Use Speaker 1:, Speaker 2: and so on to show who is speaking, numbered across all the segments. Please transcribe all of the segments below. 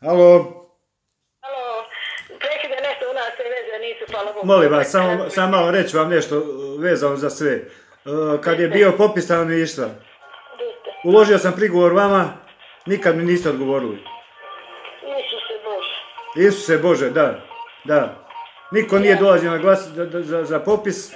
Speaker 1: Alo,
Speaker 2: Halo, reći da nešto u nas se veze nisu, hvala Bogu.
Speaker 1: molim vas, samo, samo malo reći vam nešto e, vezano za sve. E, Kad je bio popis stanovništva,
Speaker 2: Gdje ste?
Speaker 1: uložio sam prigovor vama, nikad mi niste odgovorili.
Speaker 2: Isuse Bože.
Speaker 1: Isuse Bože, da, da. Niko nije dolazio na glas da- da- za, za popis.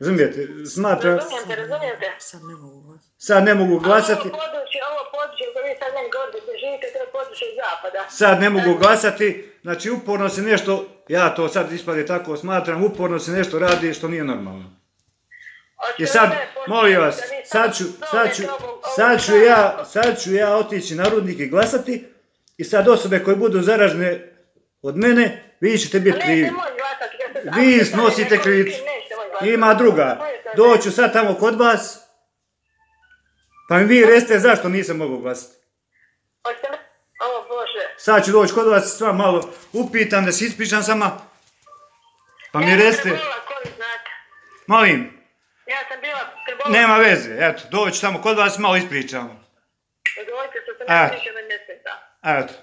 Speaker 1: Razumijete, smatram,
Speaker 2: Razumijem te, razumijem te.
Speaker 3: Sad ne mogu vas.
Speaker 1: sad ne mogu glasati,
Speaker 2: Ovo područje, ovo područje koje vi sad meni govorite gdje živite, to je područje zapada.
Speaker 1: sad ne mogu glasati, znači uporno se nešto, ja to sad ispade tako smatram, uporno se nešto radi što nije normalno. I sad, molim vas, sad ću, sad ću, sad ću ja, sad ću ja otići na rudnik i glasati i sad osobe koje budu zaražene od mene, vi ćete biti krivi. Vi snosite krivicu. Ima druga. Doću sad tamo kod vas, pa mi vi recite zašto nisam mogao glasati.
Speaker 2: O Bože.
Speaker 1: Sad ću doći kod vas, sva malo upitam, da se ispičam sama, pa mi recite,
Speaker 2: Ja sam bila covid, znate.
Speaker 1: molim,
Speaker 2: Ja sam bila trbovala.
Speaker 1: nema veze, eto, doći tamo kod vas, malo ispričamo.
Speaker 2: Dođite što sam
Speaker 1: A.
Speaker 2: ja više na mjeseca.
Speaker 1: Eto,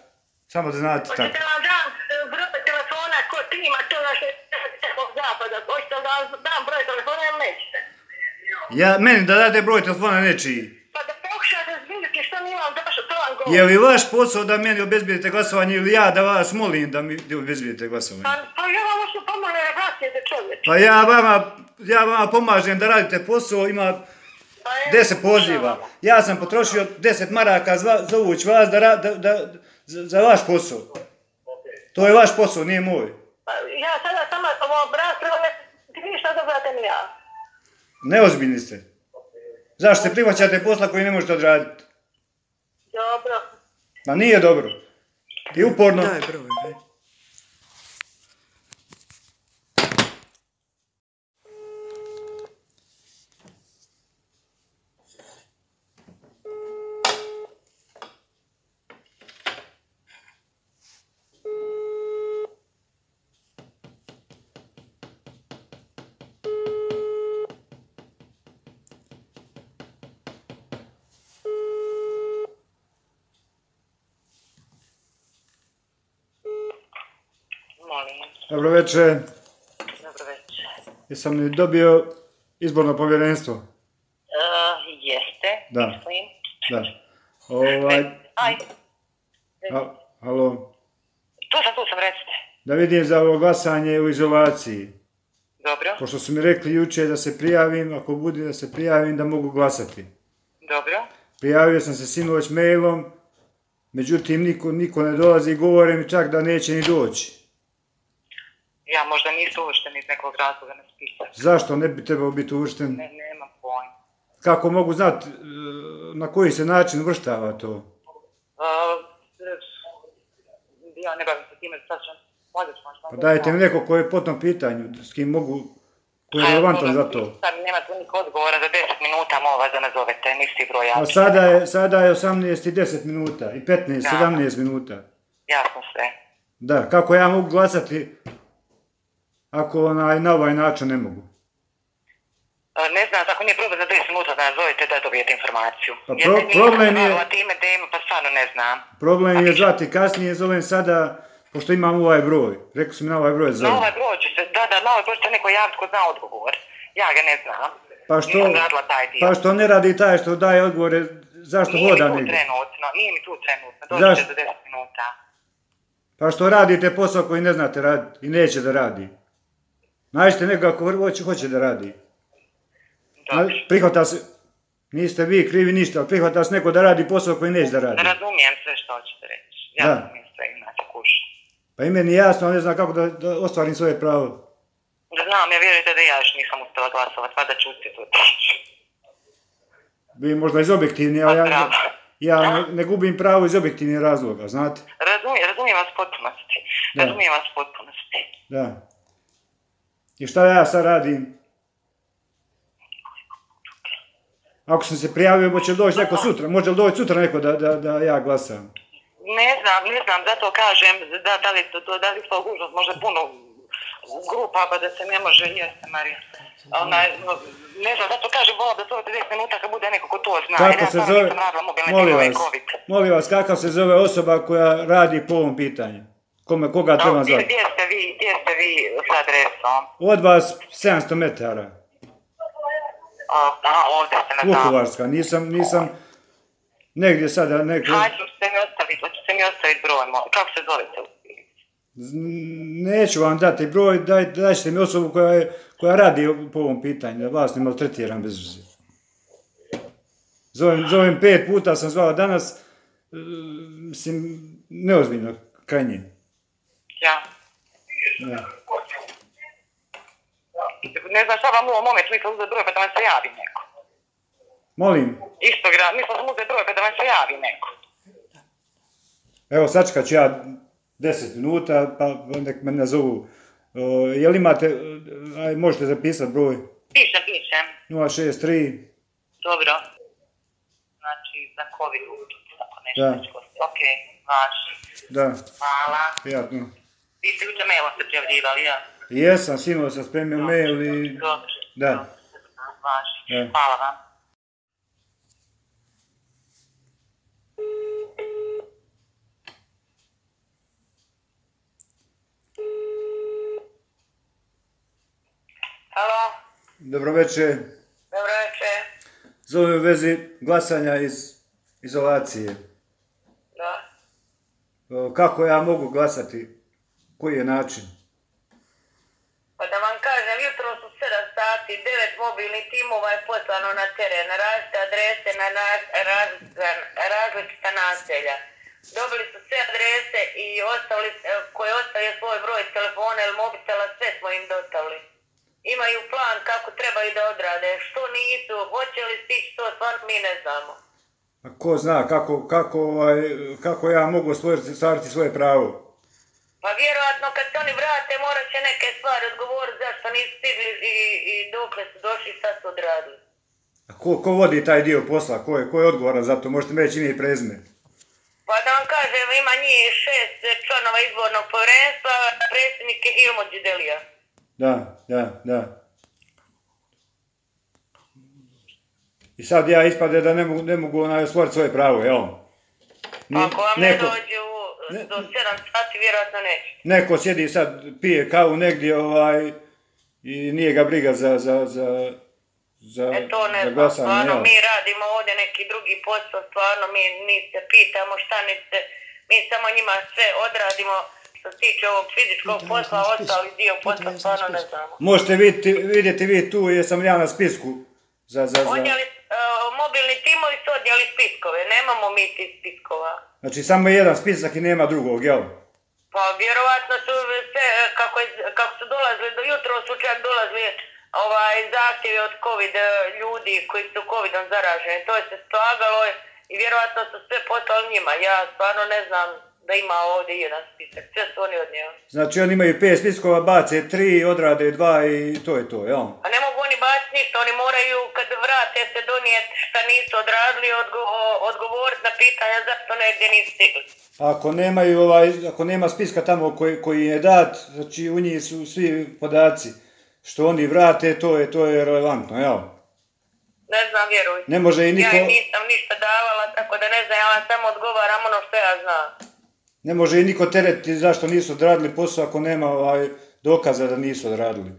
Speaker 1: samo da znate tako.
Speaker 2: Hoćete vam dam e, broj telefona ko tima to naše od zapada. Hoćete da vam dam broj telefona ili nećete?
Speaker 1: Ja, meni da date broj telefona nečiji.
Speaker 2: Pa da pokušate zbiriti što nije vam došlo, to vam govorim.
Speaker 1: Je li vaš posao da meni obezbijedite glasovanje ili ja da vas molim da mi obezbijedite glasovanje?
Speaker 2: Pa, pa ja vam možda pomoći da glasujete čovječe.
Speaker 1: Pa ja vama, ja vama pomažem da radite posao, ima
Speaker 2: Pa evo,
Speaker 1: 10 poziva. Ja sam potrošio 10 maraka za, za uvuć vas da, ra- da, da, za, za vaš posao. To je vaš posao, nije moj.
Speaker 2: Pa ja sada samo ovo obraz prvo ti vi što dobivate ni ja.
Speaker 1: Neozbiljni ste. Zašto se prihvaćate posla koji ne možete odraditi?
Speaker 2: Dobro.
Speaker 1: Ma nije dobro. I uporno.
Speaker 3: Daj broj, bre.
Speaker 2: Molim,
Speaker 1: Dobro večer.
Speaker 2: dobro večer.
Speaker 1: Jesam li dobio izborno povjerenstvo?
Speaker 2: E, jeste,
Speaker 1: Da.
Speaker 2: mislim.
Speaker 1: Da. Ovaj,
Speaker 2: Aj,
Speaker 1: a- alo,
Speaker 2: tu sam, tu sam, recite.
Speaker 1: da vidim za ovo glasanje u izolaciji.
Speaker 2: Dobro,
Speaker 1: Pošto su mi rekli jučer da se prijavim, ako bude da se prijavim, da mogu glasati.
Speaker 2: dobro.
Speaker 1: Prijavio sam se sinoć mailom, međutim niko, niko ne dolazi i govore mi čak da neće ni doći.
Speaker 2: Ja možda nisam uvršten iz nekog razloga na spisak.
Speaker 1: Zašto ne bi trebao biti uvršten?
Speaker 2: Ne, nemam pojma.
Speaker 1: Kako mogu znati e, na koji se način uvrštava to?
Speaker 2: Uh, ja ne bavim se time, sad ću možda ću možda.
Speaker 1: Pa dajte mi neko koji je po tom pitanju, s kim mogu, koji je
Speaker 2: A,
Speaker 1: relevantan za
Speaker 2: molim,
Speaker 1: to.
Speaker 2: Sad nema tu niko odgovora, za 10 minuta molim vas da nazovete, nisi broj ja.
Speaker 1: A sada je, sada je 18 i 10 minuta i 15, 17 minuta.
Speaker 2: Jasno sve.
Speaker 1: Da, kako ja mogu glasati ako onaj, na ovaj način ne mogu?
Speaker 2: E, Eh, Ne znam, ako nije problem za 10 minuta da nazovete da dobijete informaciju.
Speaker 1: Pa
Speaker 2: Jer
Speaker 1: pro-
Speaker 2: nisam
Speaker 1: problem je-
Speaker 2: bavila time da ima, pa stvarno ne znam.
Speaker 1: Problem je zvati kasnije, zovem sada, pošto imam ovaj broj. Rekao sam na ovaj broj
Speaker 2: Na
Speaker 1: zovem.
Speaker 2: ovaj broj ću se, da, da, na ovaj broj će se neko javiti ko zna odgovor. Ja ga ne znam.
Speaker 1: Pa što,
Speaker 2: Nisam radila taj dio.
Speaker 1: pa što ne radi taj što daje odgovore, zašto
Speaker 2: Nije mi
Speaker 1: hoda
Speaker 2: tu
Speaker 1: negdje?
Speaker 2: trenutno, nije mi tu trenutno,
Speaker 1: Zašto?
Speaker 2: dođete za 10 minuta.
Speaker 1: Pa što radite posao koji ne znate raditi i neće da radi. Nađite nekoga ko hoće, hoće da radi. Na-
Speaker 2: Dobro.
Speaker 1: Prihvata se, niste vi krivi ništa, ali prihvata se neko da radi posao koji neće da radi.
Speaker 2: Razumijem sve što hoćete reći. Ja
Speaker 1: Da.
Speaker 2: razumijem sve, imate kuša.
Speaker 1: Pa i meni je jasno, ali ne znam kako da, da ostvarim svoje pravo.
Speaker 2: Znam, ja vjerujte da ja još nisam uspjela glasovat, pa da ću uspjeti otići.
Speaker 1: Vi možda iz objektivnih, ali
Speaker 2: Pa,
Speaker 1: ja,
Speaker 2: pravo.
Speaker 1: ja ne, ne gubim pravo iz objektivnih razloga, znate?
Speaker 2: Razumijem, razumijem vas u potpunosti.
Speaker 1: Da.
Speaker 2: Razumijem vas u potpunosti.
Speaker 1: Da. I šta ja sad radim? Ako sam se prijavio, može li doći neko sutra? Može li doći sutra neko da, da, da ja glasam?
Speaker 2: Ne znam, ne znam, zato kažem da, da li to, to- da li to gužnost možda puno grupa, pa da se ne može, jeste Marija. Onaj, no, ne znam, zato kažem, vola da zovete 10 minuta kad bude neko ko to zna. jer
Speaker 1: Kako
Speaker 2: ja
Speaker 1: se
Speaker 2: stvarno
Speaker 1: zove?
Speaker 2: nisam radila mobilne
Speaker 1: Molim
Speaker 2: timove i
Speaker 1: vas,
Speaker 2: COVID.
Speaker 1: molim vas, kako se zove osoba koja radi po ovom pitanju? Kome, koga
Speaker 2: Da,
Speaker 1: treba
Speaker 2: gdje,
Speaker 1: zvati?
Speaker 2: gdje ste vi, gdje ste vi s adresom?
Speaker 1: Od vas 700 metara.
Speaker 2: A, a, ovdje ste na tamo.
Speaker 1: Vukovarska, nisam, nisam, negdje sada, neko,
Speaker 2: Hajde, ćete mi ostaviti, ćete mi ostaviti broj, moj. Kako se zovete?
Speaker 1: Z- neću vam dati broj, daj, daj ćete mi osobu koja, je, koja radi po ovom pitanju, da vas ne maltretiram bez veze. Zovem, zovem pet puta, sam zvao danas, e, mislim, neozbiljno, krajnje.
Speaker 2: Ja.
Speaker 1: Da.
Speaker 2: Ne znam šta vam u ovom momentu, nisam uzeti broj pa da vam se javi neko.
Speaker 1: Molim,
Speaker 2: Isto grad, nisam sam uzeti broj pa da vam se javi neko.
Speaker 1: evo sačkat ću ja 10 minuta, pa nek me nazovu. O, jel imate, e, aj, možete zapisati broj
Speaker 2: Pišem, pišem.
Speaker 1: 063
Speaker 2: Dobro. Znači, za covid uputnicu, ako nešto
Speaker 1: Da.
Speaker 2: već postoji. Ok, važi.
Speaker 1: Da,
Speaker 2: Hvala.
Speaker 1: prijatno.
Speaker 2: Vi ste jučer mailom se prijavljivali, ja?
Speaker 1: Jesam, sinoć sam spremio mail i...
Speaker 2: Dobro.
Speaker 1: Da.
Speaker 2: Dobro, Važi.
Speaker 1: Da.
Speaker 2: Hvala vam. Halo,
Speaker 1: Dobro večer.
Speaker 2: dobro večer.
Speaker 1: Zovem u vezi glasanja iz izolacije.
Speaker 2: Da.
Speaker 1: O, Kako ja mogu glasati? Koji je način?
Speaker 2: Pa da vam kažem, jutro su 7 sati, 9 mobilnih timova je poslano na teren, na različite adrese, na na- različita, različita naselja. Dobili su sve adrese i ostavili, e, koji je ostavio svoj broj telefona ili mobitela, sve smo im dostavili. Imaju plan kako trebaju da odrade, što nisu, hoće li stići, to stvarno mi ne znamo.
Speaker 1: A ko zna kako, kako, ovaj, kako ja mogu stvoriti, stvariti svoje pravo?
Speaker 2: Pa vjerojatno kad se oni vrate morat će neke stvari odgovoriti zašto nisu stigli i, i dokle su došli i šta su odradili.
Speaker 1: A ko, ko vodi taj dio posla? Ko je, ko je odgovoran za to? Možete mi reći ime i prezime.
Speaker 2: Pa da vam kažem, ima njih šest članova izbornog povjerenstva, predsjednik je Ilmo Đidelija.
Speaker 1: Da, da, da. I sad ja ispade da ne mogu, ne mogu onaj, stvoriti svoje pravo, jel? Ni-
Speaker 2: Ako vam
Speaker 1: neko-
Speaker 2: ne dođe u,
Speaker 1: Ne-
Speaker 2: do 7 sati, vjerojatno neće.
Speaker 1: neko sjedi sad, pije kavu negdje ovaj, i nije ga briga za, za, za, za,
Speaker 2: E to ne
Speaker 1: za
Speaker 2: znam,
Speaker 1: glasanje.
Speaker 2: stvarno
Speaker 1: jel?
Speaker 2: mi radimo ovdje neki drugi posao, stvarno mi ni se pitamo šta ni se, mi samo njima sve odradimo što se tiče ovog fizičkog
Speaker 3: Pitaj vas
Speaker 2: posla,
Speaker 3: na spisku.
Speaker 2: ostali dio
Speaker 3: Pitaj
Speaker 2: posla
Speaker 3: vas na
Speaker 2: stvarno ne
Speaker 3: spisku.
Speaker 2: znamo.
Speaker 1: Možete vidjeti, vidjeti vi tu, jesam ja na spisku. Za, za, za.
Speaker 2: Odjeli, e, mobilni timovi su odjeli spiskove, nemamo mi tih spiskova.
Speaker 1: Znači samo jedan spisak i nema drugog, jel?
Speaker 2: Pa vjerovatno su se, e, kako, je- kako su dolazili, do jutro su čak dolazili ovaj, zahtjevi od covid e, ljudi koji su covidom zaraženi. To je se slagalo i vjerovatno su sve poslali njima. Ja stvarno ne znam da ima ovdje jedan spisak. Sve su oni odnijeli.
Speaker 1: Znači oni imaju pet spiskova, bace tri, odrade dva i to je to, jel?
Speaker 2: A ne mogu oni baciti ništa, oni moraju kad vrate se donijeti šta nisu odradili, odgo- o- odgovoriti na pitanja zašto negdje nisu stigli.
Speaker 1: Ako nemaju ovaj, ako nema spiska tamo koji, koji je dat, znači u njih su svi podaci što oni vrate, to je to je relevantno, jel?
Speaker 2: Ne znam, vjeruj.
Speaker 1: Ne može i niko...
Speaker 2: Ja im nisam ništa davala, tako da ne znam, ja vam samo odgovaram ono što ja znam.
Speaker 1: Ne može i niko teretiti zašto nisu odradili posao ako nema ovaj, dokaza da nisu odradili.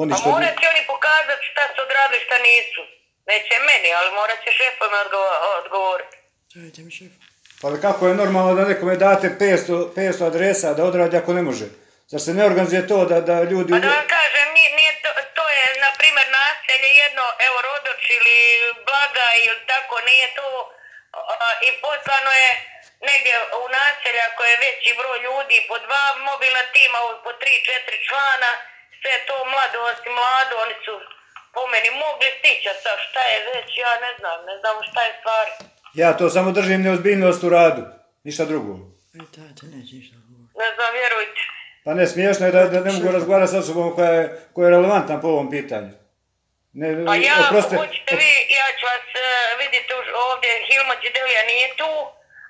Speaker 1: Oni
Speaker 2: Pa
Speaker 1: što...
Speaker 2: morat će oni pokazati šta su odradili, šta nisu. Neće meni, ali morat će šefovima odgovo- odgovoriti.
Speaker 3: Dajte mi šef.
Speaker 1: Pa ali kako je normalno da nekome date 500, 500 adresa da odradi ako ne može? Zar se ne organizuje to da, da ljudi...
Speaker 2: Pa da vam kažem, nije, nije to, to je, na primjer, naselje jedno, evo, Rodoč ili Blaga ili tako, nije to, a, i poslano je negdje u naselja koje je veći broj ljudi, po dva mobilna tima, po tri, četiri člana, sve je to mlado, osim mlado, oni su po meni mogli stići, a sad šta je već, ja ne znam, ne znam šta je stvar.
Speaker 1: Ja to samo držim neozbiljnost u radu, ništa drugo.
Speaker 3: E, dajte, neće ništa govoriti.
Speaker 2: Ne znam, vjerujte.
Speaker 1: Pa ne, smiješno je da, da ne mogu razgovarati s osobom koja je, koja je relevantna po ovom pitanju. Ne,
Speaker 2: Pa ja, ako
Speaker 1: oprostite,
Speaker 2: hoćete vi, ja ću vas e, vidjeti už- ovdje, Hilma Đidelija nije tu,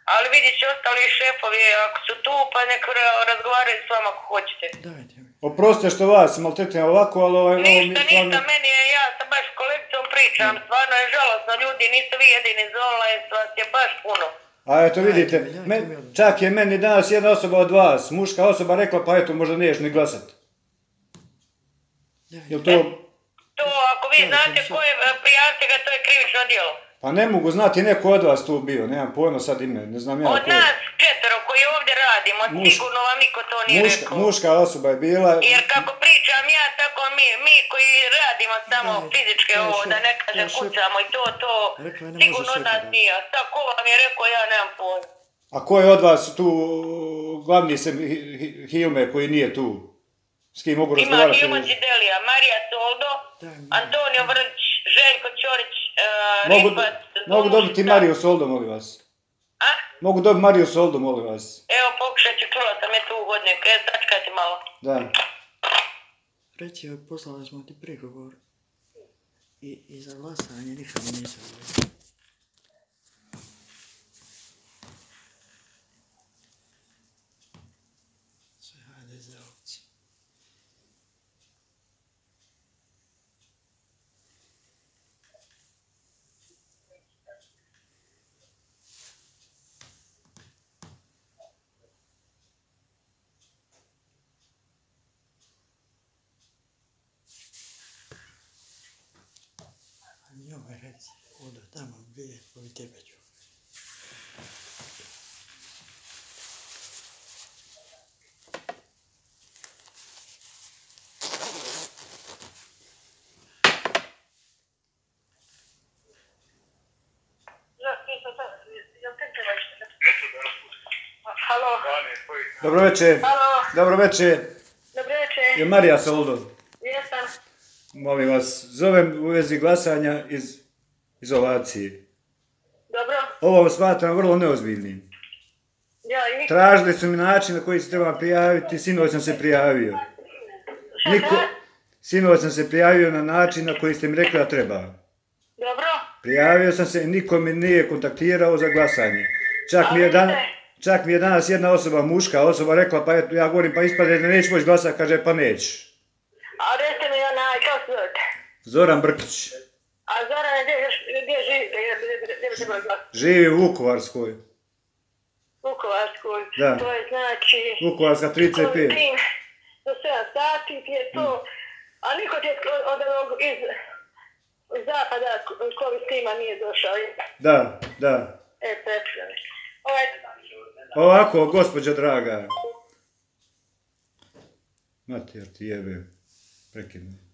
Speaker 2: a Ali vidit će ostali šefovi, ako su tu, pa nek ra- razgovaraju s vama ako hoćete.
Speaker 3: Dajte mi.
Speaker 1: Oprostite što vas maltretiram ovako, ali ovaj... ovo mi je
Speaker 2: Ništa, ništa,
Speaker 1: stvarno- Mm.
Speaker 2: meni je, ja sa baš kolegicom pričam, stvarno je žalosno, ljudi, niste vi jedini zola, vas je baš puno.
Speaker 1: A eto
Speaker 3: Dajte
Speaker 1: vidite,
Speaker 3: mi, dajte
Speaker 1: men-
Speaker 3: mi odgovor.
Speaker 1: čak je meni danas jedna osoba od vas, muška osoba rekla pa eto možda niješ ni glasat.
Speaker 3: Dajte.
Speaker 1: Jel
Speaker 2: E.
Speaker 1: to,
Speaker 2: To, ako vi
Speaker 3: Ja,
Speaker 2: znate
Speaker 3: to sad-
Speaker 2: ko je, prijavite ga, to je krivično djelo.
Speaker 1: pa ne mogu znati neko od vas tu bio, nemam pojma sad ime, ne znam ja
Speaker 2: Od
Speaker 1: ko je.
Speaker 2: nas četvero koji ovdje radimo,
Speaker 1: Muška-
Speaker 2: sigurno vam niko to nije
Speaker 1: Muška,
Speaker 2: rekao.
Speaker 1: muška osoba je bila,
Speaker 2: Jer kako pričam ja, tako mi, mi koji radimo samo
Speaker 3: Da,
Speaker 2: fizičke
Speaker 3: to je
Speaker 2: ovo,
Speaker 3: šef,
Speaker 2: da ne
Speaker 3: to
Speaker 2: kažem
Speaker 3: je šef.
Speaker 2: kucamo i to, to,
Speaker 3: Rekla je, ne može
Speaker 2: sigurno od
Speaker 3: šefa,
Speaker 2: nas
Speaker 3: da.
Speaker 2: nije. Tako vam je rekao, ja nemam pojma.
Speaker 1: a ko je od vas tu glavni sem Hi- Hi- Hilme koji nije tu? S kim mogu
Speaker 2: Ima
Speaker 1: razgovarati?
Speaker 2: Hilma Cidelija, Marija Soldo,
Speaker 3: Da, da.
Speaker 2: Antonio Vrć, Željko Ćorić, uh,
Speaker 1: Mogu,
Speaker 2: Ripac,
Speaker 1: mogu
Speaker 2: Zulušta.
Speaker 1: dobiti Mariju Soldo, molim vas.
Speaker 2: A?
Speaker 1: Mogu dobiti Mariju Soldo, molim vas.
Speaker 2: Evo pokušat ću, čula sam je tu ugodnik, e, sačkajte malo.
Speaker 1: Da.
Speaker 3: Reci joj, poslali smo ti prigovor. I, i za glasanje nikad mi nisam glasao. Sve HDZ-ovci. A pa njome reci, oda tamo gdje je, koji tebe ću.
Speaker 2: Halo,
Speaker 1: Dobro večer.
Speaker 2: halo,
Speaker 1: Dobro večer.
Speaker 2: dobro večer,
Speaker 1: Je Marija Soldo.
Speaker 2: jesam.
Speaker 1: Molim vas, zovem u vezi glasanja iz izolacije.
Speaker 2: Dobro,
Speaker 1: Ovo smatram vrlo neozbiljnim.
Speaker 2: ja i
Speaker 1: Tražili su mi način na koji se treba prijaviti, sinoć sam se prijavio. Niko, sinoć sam se prijavio na način na koji ste mi rekli da treba.
Speaker 2: Dobro,
Speaker 1: Prijavio sam se, niko mi nije kontaktirao za glasanje. Čak mi je, dan, čak mi je danas jedna osoba, muška osoba, rekla, pa eto, ja govorim, pa ispade da neću moći glasati, kaže, pa neć.
Speaker 2: a recite mi onaj, kako se zovete?
Speaker 1: Zoran Brkić,
Speaker 2: A Zorane, gdje, gdje živite, gdje, gdje bi se bilo
Speaker 1: živi u Vukovarskoj,
Speaker 2: Vukovarskoj,
Speaker 1: Da.
Speaker 2: to je znači...
Speaker 1: Vukovarska 35.
Speaker 2: Karantin do 7 sati ti je to, a niko ti je od- od ovog iz iz zapada k- covid tima nije došao.
Speaker 1: Da, da.
Speaker 2: E, prekrasno. Ovaj,
Speaker 1: Ovako, gospođa draga. Mater ti jebe. Prekidno.